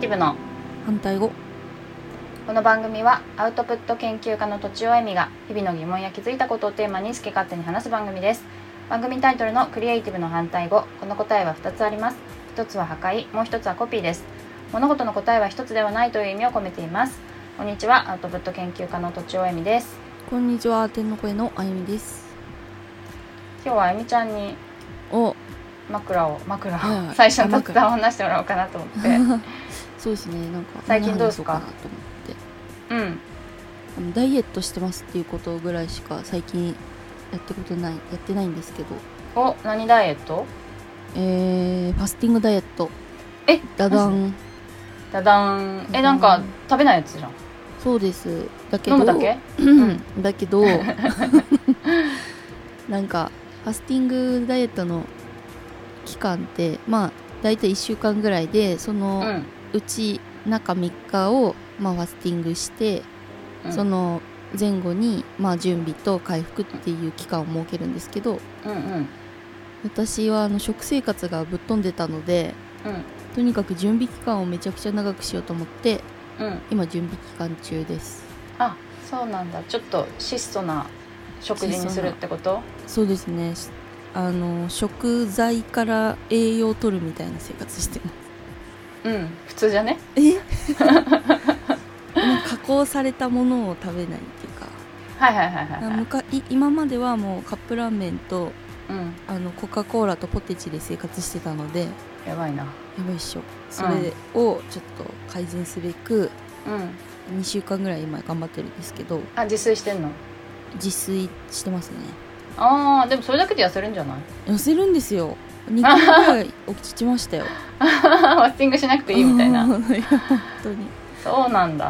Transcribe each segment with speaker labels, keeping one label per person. Speaker 1: ティブの
Speaker 2: 反対語
Speaker 1: この番組はアウトプット研究家のとちおえみが日々の疑問や気づいたことをテーマに好き勝手に話す番組です番組タイトルのクリエイティブの反対語この答えは2つあります1つは破壊もう1つはコピーです物事の答えは1つではないという意味を込めていますこんにちはアウトプット研究家のとちおえみです
Speaker 2: こんにちは天の声のあゆみです
Speaker 1: 今日はあゆみちゃんに
Speaker 2: お
Speaker 1: 枕を枕を、
Speaker 2: はいは い
Speaker 1: 最初の
Speaker 2: あ
Speaker 1: 雑
Speaker 2: 枕
Speaker 1: 談を話してもらおうかなと思 って
Speaker 2: そうですねなんか
Speaker 1: 最近どうですか
Speaker 2: 何話そうなと思って
Speaker 1: うん
Speaker 2: あのダイエットしてますっていうことぐらいしか最近やってことないやってないんですけど
Speaker 1: お何ダイエット
Speaker 2: えー、ファスティングダイエット
Speaker 1: え
Speaker 2: ダダン
Speaker 1: ダダンえなん
Speaker 2: う
Speaker 1: か
Speaker 2: ん
Speaker 1: 食べないやつじゃん
Speaker 2: そうですだけど
Speaker 1: 飲むだけ
Speaker 2: うんだ けどなんかファスティングダイエットの期間ってまあ大体1週間ぐらいでその、
Speaker 1: うん
Speaker 2: うち中3日を、まあ、ファスティングして、
Speaker 1: うん
Speaker 2: その前後に、まあ、準備と回復っていう期間を設けるんですけど
Speaker 1: うんうん
Speaker 2: 私はあの食生活がぶっ飛んでたので
Speaker 1: う
Speaker 2: とにかく準備期間をめちゃくちゃ長くしようと思って
Speaker 1: んうん
Speaker 2: 今準備期間中です
Speaker 1: あそうなんだちょっと質素な食事にするってこと
Speaker 2: そうですねしあの食材から栄養を取るみたいな生活して ます
Speaker 1: うん普通じゃね
Speaker 2: えなんか加工されたものを食べないっていうか
Speaker 1: はいはいはいはいはい
Speaker 2: むかい今まではもうカップラーメンと
Speaker 1: うん
Speaker 2: あのコカ・コーラとポテチで生活してたのでや
Speaker 1: やばいな
Speaker 2: ばいっしょそれをちょっと改善すべく
Speaker 1: うん
Speaker 2: 2週間ぐらい今頑張ってるんですけど
Speaker 1: あ自炊してんの
Speaker 2: 自炊してますね
Speaker 1: あーでもそれだけで痩せるんじゃない
Speaker 2: 痩せるんですよ2キロぐらい落ち ましたよ
Speaker 1: ファスティングしなくていいみたい
Speaker 2: い
Speaker 1: な
Speaker 2: や本当に、
Speaker 1: そうなんだ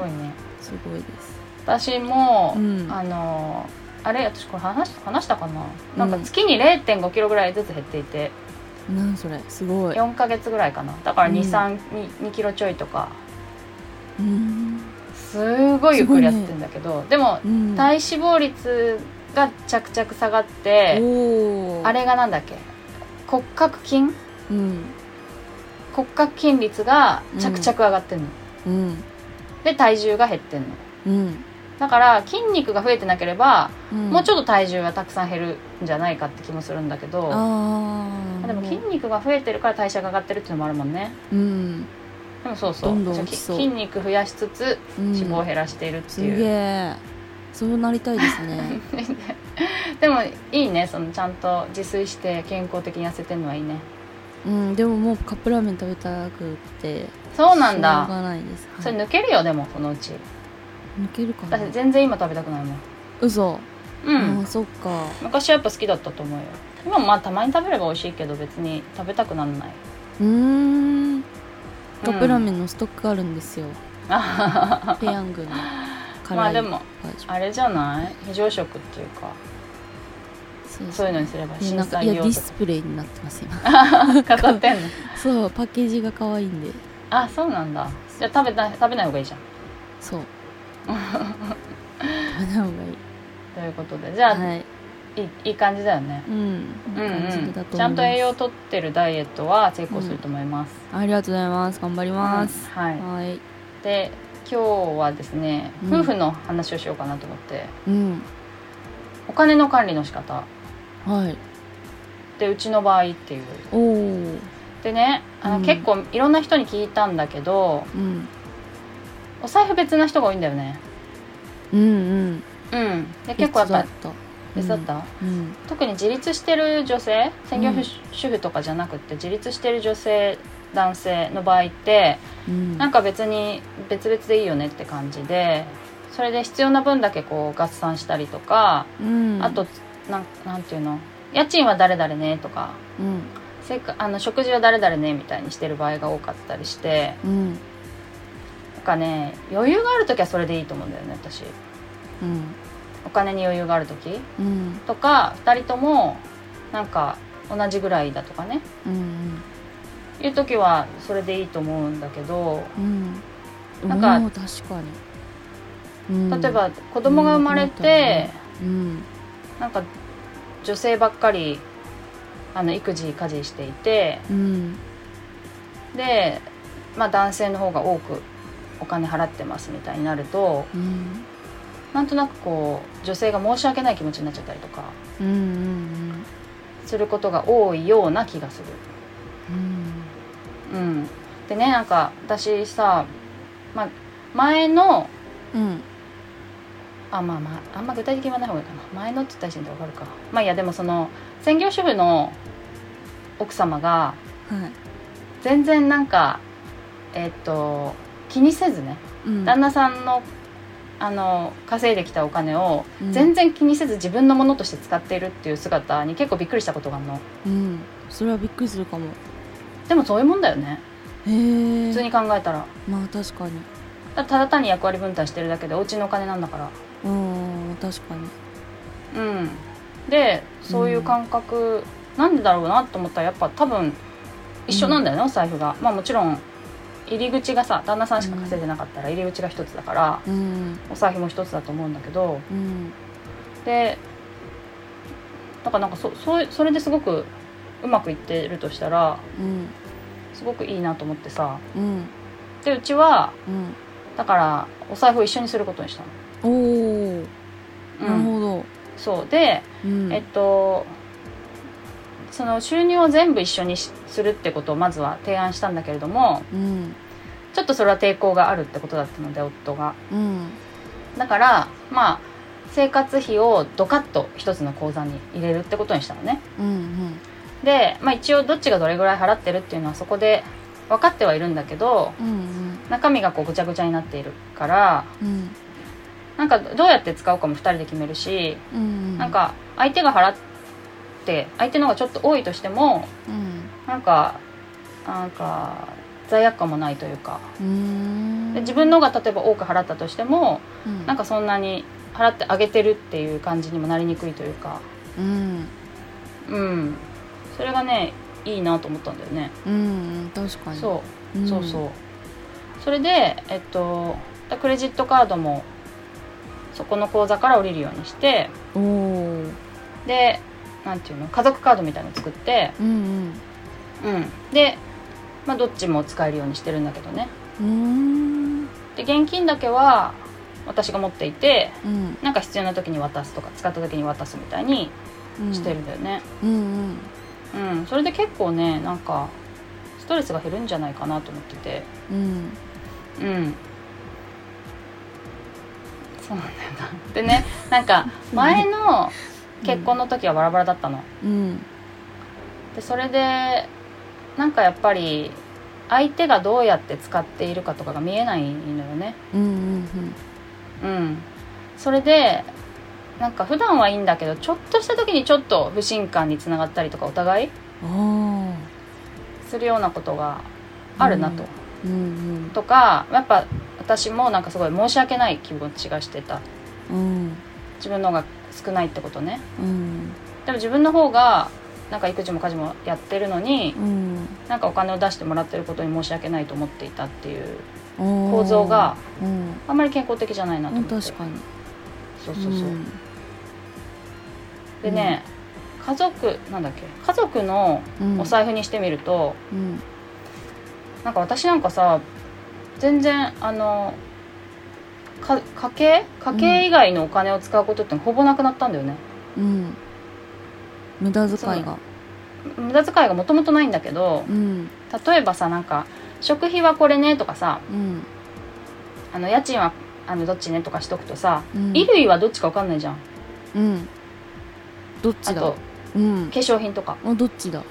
Speaker 1: すごい
Speaker 2: ん、
Speaker 1: ね
Speaker 2: すごいです
Speaker 1: 私も、
Speaker 2: うん
Speaker 1: あのあれ私これ話した話したかな、
Speaker 2: うん
Speaker 1: なんか月に0 5キロぐらいずつ減っていて
Speaker 2: なんそれすごい
Speaker 1: 4か月ぐらいかなだから
Speaker 2: うん
Speaker 1: 232、2キロちょいとか
Speaker 2: うん、
Speaker 1: すごいゆっくりやってんだけど、でも
Speaker 2: うん、
Speaker 1: 体脂肪率が着々下がって、
Speaker 2: おー
Speaker 1: あれがなんだっけ骨格筋
Speaker 2: うん
Speaker 1: 骨格筋率が着々上がってんの、
Speaker 2: うん
Speaker 1: で体重が減ってんの
Speaker 2: うん、
Speaker 1: だから筋肉が増えてなければ、
Speaker 2: うん、
Speaker 1: もうちょ
Speaker 2: っ
Speaker 1: っと体重がたくさん減るんじゃないかって気もするんだけど
Speaker 2: とああ
Speaker 1: でも筋肉が増えてるから代謝が上がってるっていうのもあるもんね
Speaker 2: うん、
Speaker 1: でもそうそう
Speaker 2: どんどん
Speaker 1: じゃあ
Speaker 2: 落ちそう
Speaker 1: 筋肉増やしつつ
Speaker 2: うん、
Speaker 1: 脂肪を減らしているって
Speaker 2: す
Speaker 1: い
Speaker 2: げ
Speaker 1: う、
Speaker 2: えそうなりたいですね
Speaker 1: でもいいねそのちゃんと自炊して健康的に痩せてるのはいいね
Speaker 2: うんでももうカップラーメン食べたくって
Speaker 1: そうなん
Speaker 2: しょう
Speaker 1: だ
Speaker 2: がないです、はい
Speaker 1: それ抜けるよでもそのうち
Speaker 2: 抜けるかな
Speaker 1: 私全然今食べたくないもん
Speaker 2: 嘘、
Speaker 1: う、
Speaker 2: うんあそっか
Speaker 1: 昔はやっぱ好きだったと思うよ今もまあたまに食べれば美味しいけど別に食べたくなんないう
Speaker 2: ーんカップラーメ
Speaker 1: ン、
Speaker 2: ンのストックあるんですよ、
Speaker 1: あ
Speaker 2: ペヤング の
Speaker 1: まあ
Speaker 2: 辛い
Speaker 1: で
Speaker 2: バージョン、
Speaker 1: もあれじゃない非常食っていうか
Speaker 2: そう
Speaker 1: そういうのに
Speaker 2: す
Speaker 1: すれば
Speaker 2: ね
Speaker 1: 審
Speaker 2: なんか
Speaker 1: 査
Speaker 2: いやデ
Speaker 1: 用と
Speaker 2: ィスプレイになってま す今
Speaker 1: か飾ってんの
Speaker 2: そうパッケージが可愛いんで
Speaker 1: あそうなんだじゃあ食べた食べない方がいいじゃん
Speaker 2: そう食べない方がいい
Speaker 1: ということでじゃあ、
Speaker 2: はい
Speaker 1: いい、いい感じだよね
Speaker 2: うん
Speaker 1: うんう
Speaker 2: いい感じ
Speaker 1: ん
Speaker 2: だと思います
Speaker 1: ちゃんと栄養をとってるダイエットは成功すると思います、
Speaker 2: ありがとうございます頑張ります、
Speaker 1: うんはい
Speaker 2: はい
Speaker 1: で今日はですね
Speaker 2: うん
Speaker 1: 夫婦の話をしようかなと思って、
Speaker 2: うん
Speaker 1: お金の管理の仕方
Speaker 2: はい
Speaker 1: でうちの場合っていう
Speaker 2: おお
Speaker 1: でねあの、
Speaker 2: うん
Speaker 1: 結構いろんな人に聞いたんだけど
Speaker 2: うん
Speaker 1: お財布別な人が多いんだよね
Speaker 2: うんうん
Speaker 1: うんで結構やっぱ
Speaker 2: た
Speaker 1: 別だった、
Speaker 2: うん
Speaker 1: 特に自立してる女性専業主婦とかじゃなくて、自立してる女性男性の場合って
Speaker 2: うん
Speaker 1: なんか別に別々でいいよねって感じでそれで必要な分だけこう合算したりとか、
Speaker 2: うん
Speaker 1: あとなんなんていうの家賃は誰々ねとか
Speaker 2: うん
Speaker 1: せっかあの食事は誰々ねみたいにしてる場合が多かったりして
Speaker 2: うん
Speaker 1: なんかね余裕がある時はそれでいいと思うんだよね私
Speaker 2: うん
Speaker 1: お金に余裕がある時
Speaker 2: うん
Speaker 1: とか2人ともなんか同じぐらいだとかね
Speaker 2: うん
Speaker 1: いう時はそれでいいと思うんだけど
Speaker 2: うん
Speaker 1: なんか
Speaker 2: おー確かに、うん、
Speaker 1: 例えば子供が生まれて
Speaker 2: うん
Speaker 1: なんか女性ばっかりあの育児家事していて
Speaker 2: うん
Speaker 1: でまあ、男性の方が多くお金払ってますみたいになると
Speaker 2: うん
Speaker 1: なんとなくこう女性が申し訳ない気持ちになっちゃったりとか
Speaker 2: うんうん
Speaker 1: することが多いような気がする。
Speaker 2: うん
Speaker 1: うん、でねなんか私さ、まあ、前の
Speaker 2: うん
Speaker 1: あまあまああんま具体的に言わない方がいいかな前のって言った時点でわかるかまあいやでもその専業主婦の奥様が
Speaker 2: はい
Speaker 1: 全然なんかえっと気にせずね
Speaker 2: うん
Speaker 1: 旦那さんのあの稼いできたお金を
Speaker 2: うん
Speaker 1: 全然気にせず自分のものとして使っているっていう姿に結構びっくりしたことがあるの
Speaker 2: うんそれはびっくりするかも
Speaker 1: でもそういうもんだよね
Speaker 2: へえ
Speaker 1: 普通に考えたら
Speaker 2: まあ確かに
Speaker 1: ただ単に役割分担してるだけでお家のお金なんだから
Speaker 2: うん確かに
Speaker 1: うん、でそういう感覚、なんでだろうなと思ったらやっぱ多分一緒なんだよね、お財布が。まあもちろん入り口がさ旦那さんしか稼いでなかったら入り口が一つだから、
Speaker 2: うん
Speaker 1: お財布も一つだと思うんだけど
Speaker 2: うん
Speaker 1: でだからなんかそそうそれですごくうまくいってるとしたら
Speaker 2: うん
Speaker 1: すごくいいなと思ってさ
Speaker 2: うん
Speaker 1: でうちは
Speaker 2: うん
Speaker 1: だからお財布を一緒にすることにした
Speaker 2: おお、
Speaker 1: の。
Speaker 2: なる
Speaker 1: うん、
Speaker 2: ほど、
Speaker 1: そうで
Speaker 2: うん、
Speaker 1: えっとその収入を全部一緒にしするってことをまずは提案したんだけれども
Speaker 2: うん
Speaker 1: ちょっとそれは抵抗があるってことだったので夫が
Speaker 2: うん
Speaker 1: だからまあ生活費をドカッと一つの口座に入れるってことにしたのね
Speaker 2: うんうん
Speaker 1: で、まあ、一応どっちがどれぐらい払ってるっていうのはそこで分かってはいるんだけど
Speaker 2: うん
Speaker 1: 中身がこうぐちゃぐちゃになっているから
Speaker 2: うん
Speaker 1: なんかどうやって使うかも2人で決めるし
Speaker 2: うん
Speaker 1: なんか相手が払って相手の方がちょっと多いとしても
Speaker 2: うん
Speaker 1: なんかなんか罪悪感もないというか
Speaker 2: うーん
Speaker 1: で自分の方が例えば多く払ったとしても
Speaker 2: うん
Speaker 1: なんかそんなに払ってあげてるっていう感じにもなりにくいというか
Speaker 2: うん
Speaker 1: うんそれがねいいなと思ったんだよね、
Speaker 2: うんうん確かに,、
Speaker 1: そううそうそうそれでえっとクレジットカードもそこの口座から降りるようにして
Speaker 2: おおー
Speaker 1: でなんていうの家族カードみたいの作って、
Speaker 2: うん
Speaker 1: うん、で、まあ、どっちも使えるようにしてるんだけどね
Speaker 2: うんう
Speaker 1: で現金だけは私が持っていて
Speaker 2: ーん
Speaker 1: なんか必要な時に渡すとか使った時に渡すみたいに
Speaker 2: うん
Speaker 1: してるんだよね
Speaker 2: うんうん
Speaker 1: うん、それで結構ねなんかストレスが減るんじゃないかなと思ってて
Speaker 2: うん
Speaker 1: うんそうなんだよなでねなんか前の結婚の時はバラバラだったの
Speaker 2: うん
Speaker 1: でそれでなんかやっぱり相手がどうやって使っているかとかが見えないのよね
Speaker 2: うんうん
Speaker 1: うん、それでなんか普段はいいんだけどちょっとした時にちょっと不信感につながったりとかお互い
Speaker 2: うんあ
Speaker 1: するようなことがあるなと、
Speaker 2: あうんうん
Speaker 1: とかやっぱ私もなんかすごい申し訳ない気持ちがしてた
Speaker 2: うん
Speaker 1: 自分の方が少ないってことね
Speaker 2: うん
Speaker 1: でも自分の方がなんか育児も家事もやってるのに
Speaker 2: うん
Speaker 1: なんかお金を出してもらってることに申し訳ないと思っていたっていう
Speaker 2: おー
Speaker 1: 構造が
Speaker 2: うん
Speaker 1: あんまり健康的じゃないなと
Speaker 2: う
Speaker 1: 思っ
Speaker 2: ん
Speaker 1: て、
Speaker 2: 確かに
Speaker 1: そうそうそう、
Speaker 2: ん
Speaker 1: でね、家族なんだっけ家族の
Speaker 2: うん
Speaker 1: お財布にしてみると、
Speaker 2: うん
Speaker 1: なんか私なんかさ全然あのか家計家計以外のお金を使うことってほぼなくなったんだよね、
Speaker 2: うん無駄遣い
Speaker 1: そ
Speaker 2: が
Speaker 1: 無駄遣いがもともとないんだけど
Speaker 2: うん
Speaker 1: 例えばさなんか食費はこれねとかさ
Speaker 2: うん
Speaker 1: あの家賃はあのどっちねとかしとくとさ、
Speaker 2: うん
Speaker 1: 衣類はどっちか分かんないじゃん
Speaker 2: うんどっ
Speaker 1: あ
Speaker 2: ちだ
Speaker 1: と
Speaker 2: うん
Speaker 1: 化粧品とか
Speaker 2: あどっちだ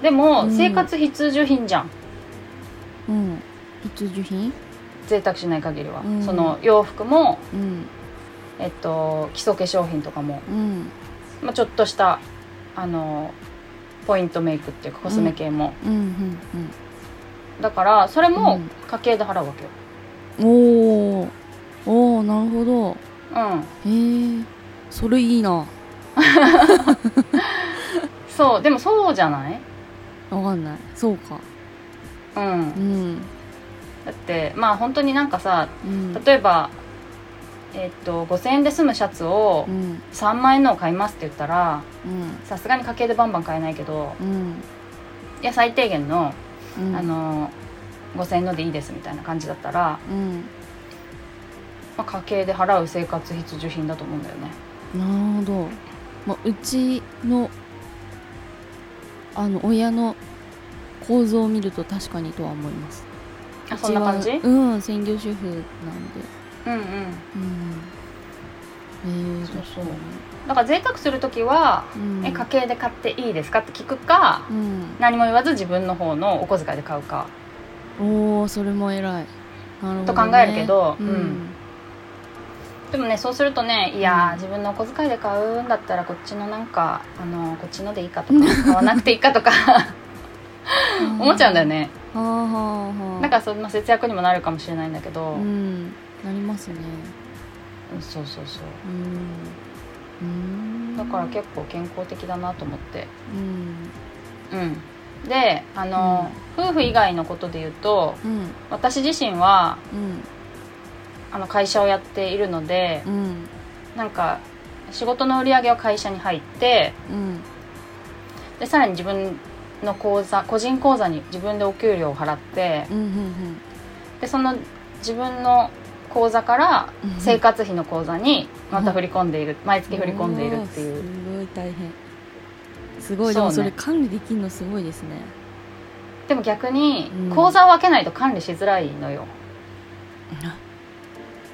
Speaker 1: でも、
Speaker 2: うん
Speaker 1: 生活必需品じゃん
Speaker 2: うん必需品
Speaker 1: 贅沢しない限りは、
Speaker 2: うん
Speaker 1: その洋服も、
Speaker 2: うん
Speaker 1: えっと、基礎化粧品とかも
Speaker 2: うん
Speaker 1: まあ、ちょっとしたあのポイントメイクっていうかコスメ系も、
Speaker 2: うんうん
Speaker 1: だからそれ
Speaker 2: う
Speaker 1: も
Speaker 2: ん
Speaker 1: 家計で払うわけよ
Speaker 2: うんおーおーなるほど
Speaker 1: うん
Speaker 2: へえそれいいなわ
Speaker 1: そうでもそうじゃない
Speaker 2: かんないそうか
Speaker 1: う
Speaker 2: うんん
Speaker 1: だってまあ本当になんかさ
Speaker 2: うん
Speaker 1: 例えばえっと5000円で済むシャツを
Speaker 2: うん
Speaker 1: 3万円のを買いますって言ったら
Speaker 2: うん
Speaker 1: さすがに家計でバンバン買えないけど
Speaker 2: うん
Speaker 1: いや最低限の,、
Speaker 2: うん
Speaker 1: あの5,000円のでいいですみたいな感じだったら、
Speaker 2: うん
Speaker 1: まあ、家計で払う生活必需品だと思うんだよね。
Speaker 2: なるほど、まあ、うちのあの親の構造を見ると確かにとは思います
Speaker 1: あそんな感じ
Speaker 2: うちはうん専業主婦なんで
Speaker 1: うんうん、
Speaker 2: うんえー、
Speaker 1: そうそう
Speaker 2: 確か
Speaker 1: だから贅沢する時は、
Speaker 2: にうん
Speaker 1: え家計で買っていいですかって聞くか
Speaker 2: うん
Speaker 1: 何も言わず自分の方のお小遣いで買うか
Speaker 2: おーそれも偉いなるほどね、
Speaker 1: と考えるけど
Speaker 2: うん
Speaker 1: うんでもねそうするとねいやー、
Speaker 2: うん
Speaker 1: 自分のお小遣いで買うんだったらこっちのなんかあのこっちのでいいかとか買わなくていいかと か思っちゃうんだよね
Speaker 2: はあはあはあ
Speaker 1: だからそんな節約にもなるかもしれないんだけど、
Speaker 2: うんなりますね
Speaker 1: そうそうそう
Speaker 2: うんうん
Speaker 1: だから結構健康的だなと思って
Speaker 2: うん
Speaker 1: うんであの、夫婦以外のことで言うと
Speaker 2: うん
Speaker 1: 私自身は
Speaker 2: うん
Speaker 1: あの会社をやっているので
Speaker 2: うん
Speaker 1: なんか仕事の売り上げは会社に入って
Speaker 2: うん
Speaker 1: でさらに自分の口座個人口座に自分でお給料を払って
Speaker 2: うんうん
Speaker 1: でその自分の口座から
Speaker 2: うん
Speaker 1: 生活費の口座にまた振り込んでいる、毎月振り込んでいるっていうう
Speaker 2: わーすごい大変すごい、
Speaker 1: そ
Speaker 2: で
Speaker 1: うね
Speaker 2: もそれ管理できるのすごいですね
Speaker 1: でも逆に
Speaker 2: うん
Speaker 1: 口座を分けないと管理しづらいのよ、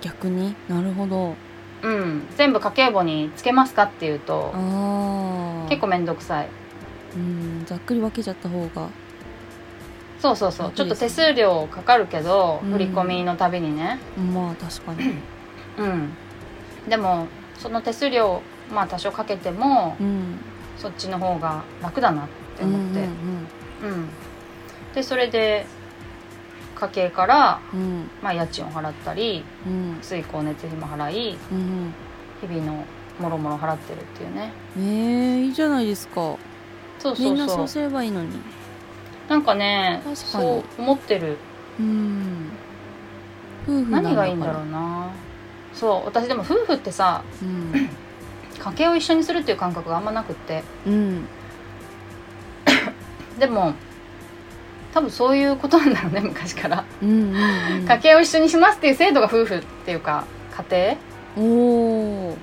Speaker 2: 逆になるほど
Speaker 1: うん、全部家計簿につけますかっていうと
Speaker 2: ああ
Speaker 1: 結構面倒くさい
Speaker 2: うんざっくり分けちゃった方が
Speaker 1: そうそうそう、
Speaker 2: 楽
Speaker 1: ちょっと手
Speaker 2: です
Speaker 1: 数料かかるけど、
Speaker 2: うん
Speaker 1: 振り込みのたびにね
Speaker 2: まあ確かに
Speaker 1: うんでもその手数料まあ多少かけても、
Speaker 2: うん
Speaker 1: そっちの方が楽だなって思って
Speaker 2: うん
Speaker 1: うん、でそれで家計から、
Speaker 2: うんうん
Speaker 1: まあ、家賃を払ったり
Speaker 2: うん
Speaker 1: 水光熱費も払い
Speaker 2: うんうん
Speaker 1: 日々のもろもろ払ってるっていうね
Speaker 2: えー、いいじゃないですか
Speaker 1: そうそ
Speaker 2: みん
Speaker 1: う
Speaker 2: な
Speaker 1: そ
Speaker 2: そううすればいいのに
Speaker 1: なんかね
Speaker 2: 確かに
Speaker 1: そう思ってる
Speaker 2: うん夫婦な
Speaker 1: 何
Speaker 2: んだから
Speaker 1: がいいんだろうなそう私でも夫婦ってさ
Speaker 2: うん、
Speaker 1: 家計を一緒にするっていう感覚があんまなくって
Speaker 2: うん、
Speaker 1: でも多分そういうことなんだろうね昔から、
Speaker 2: うんうんうん
Speaker 1: 家計を一緒にしますっていう制度が夫婦っていうか家
Speaker 2: おお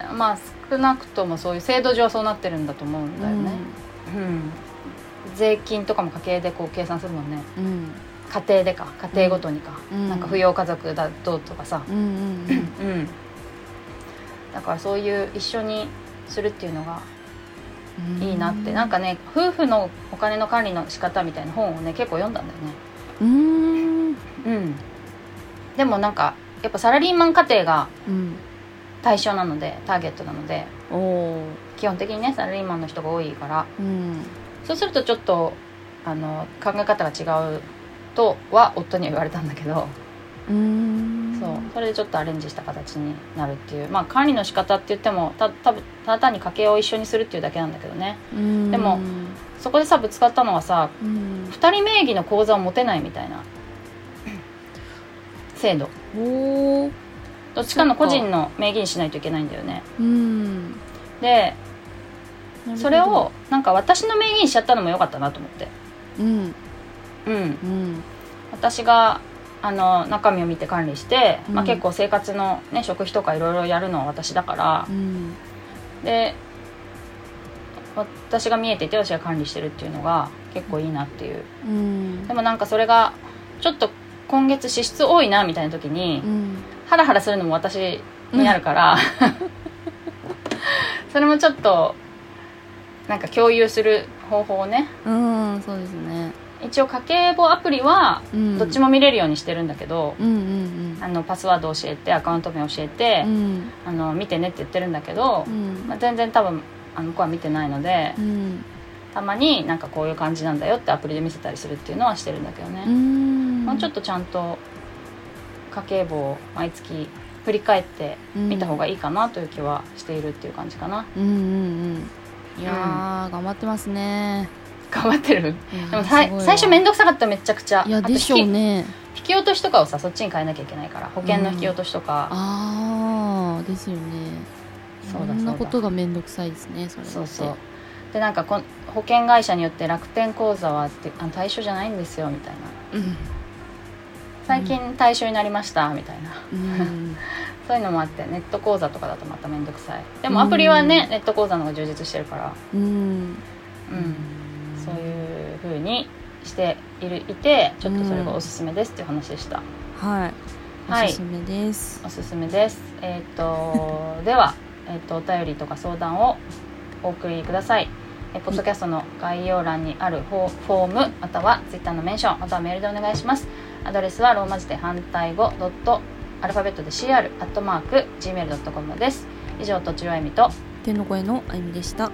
Speaker 1: 庭まあ少なくともそういう制度上そうなってるんだと思うんだよね、うん税金とかも家計でこう計算するもんね
Speaker 2: うんうん
Speaker 1: 家庭でか家庭ごとにか、
Speaker 2: うん
Speaker 1: なんか扶養家族だどうとかさ
Speaker 2: うんうんうん
Speaker 1: うんだからそういう一緒にするっていうのがいいなって、なんかね夫婦のお金の管理の仕方みたいな本をね結構読んだんだよね
Speaker 2: うーん
Speaker 1: うん、でもなんかやっぱサラリーマン家庭が
Speaker 2: うん
Speaker 1: 対象なのでターゲットなので
Speaker 2: おお
Speaker 1: 基本的にねサラリーマンの人が多いから
Speaker 2: うん
Speaker 1: そうするとちょっとあの考え方が違うとは夫には言われたんだけど、
Speaker 2: うーん
Speaker 1: そうそれでちょっとアレンジした形になるっていうまあ管理の仕方って言ってもたたただ単に家計を一緒にするっていうだけなんだけどね
Speaker 2: うーん
Speaker 1: でもそこでさぶつかったのはさ
Speaker 2: うん
Speaker 1: 2人名義の口座を持てないみたい な制度
Speaker 2: おお
Speaker 1: どっちかの個人の名義にしないといけないんだよね
Speaker 2: うんなる
Speaker 1: で
Speaker 2: ほど
Speaker 1: それをなんか私の名義にしちゃったのも良かったなと思って
Speaker 2: うん
Speaker 1: うん
Speaker 2: うん
Speaker 1: 私があの中身を見て管理して、まあ、
Speaker 2: うん
Speaker 1: 結構生活の、ね、食費とかいろいろやるのは私だから
Speaker 2: う、ん
Speaker 1: で私が見えていて私が管理してるっていうのが結構いいなっていう
Speaker 2: うん
Speaker 1: でもなんかそれがちょっと今月支出多いなみたいな時に、
Speaker 2: うん
Speaker 1: ハラハラするのも私になる から、それもちょっとなんか共有する方法をね
Speaker 2: うんそうですね
Speaker 1: 一応家計簿アプリは
Speaker 2: うん
Speaker 1: どっちも見れるようにしてるんだけど、
Speaker 2: うんうん
Speaker 1: あのパスワード教えてアカウント名教え
Speaker 2: う
Speaker 1: て、
Speaker 2: ん
Speaker 1: あの見てねって言ってるんだけど
Speaker 2: う、ん
Speaker 1: まあ、全然多分あの向こうは見てないので、
Speaker 2: うん
Speaker 1: たまになんかこういう感じなんだよってアプリで見せたりするっていうのはしてるんだけどね、
Speaker 2: うん
Speaker 1: もうちょっとちゃんと家計簿を毎月振り返って見た方がいいかなという気はしているっていう感じかな
Speaker 2: うんうんうんいやー、頑張ってますね
Speaker 1: 頑張ってる
Speaker 2: いやー
Speaker 1: でもさい
Speaker 2: すごいわ
Speaker 1: 最初面倒くさかっためちゃくちゃ
Speaker 2: いや
Speaker 1: あと
Speaker 2: でしょうね
Speaker 1: 引き引き落としとかをさそっちに変えなきゃいけないから保険の引き落としとか、
Speaker 2: ああですよね
Speaker 1: そうだ
Speaker 2: んな
Speaker 1: そうだ
Speaker 2: ことが面倒くさいですねそれって
Speaker 1: そうそうでなんかこん保険会社によって楽天口座はってあの対象じゃないんですよみたいな
Speaker 2: うん
Speaker 1: 最近対象になりましたみたいな、
Speaker 2: うん
Speaker 1: そういうのもあってネット口座とかだとまた面倒くさいでもアプリはね、ネット口座の方が充実してるから
Speaker 2: うん
Speaker 1: うんそういう風にしているいてちょっとそれがおすすめですっていう話でした、
Speaker 2: はい
Speaker 1: はい
Speaker 2: おすすめです
Speaker 1: おすすめですえーっ、と では、えーっとお便りとか相談をお送りくださいえポッドキャストの概要欄にあるフォフォームまたはツイッターのメンションまたはメールでお願いしますアドレスはローマ字で反対語ドットアルファベットで CR アットマーク Gmail.com です以上とちろえみと
Speaker 2: 天の声のあゆみでした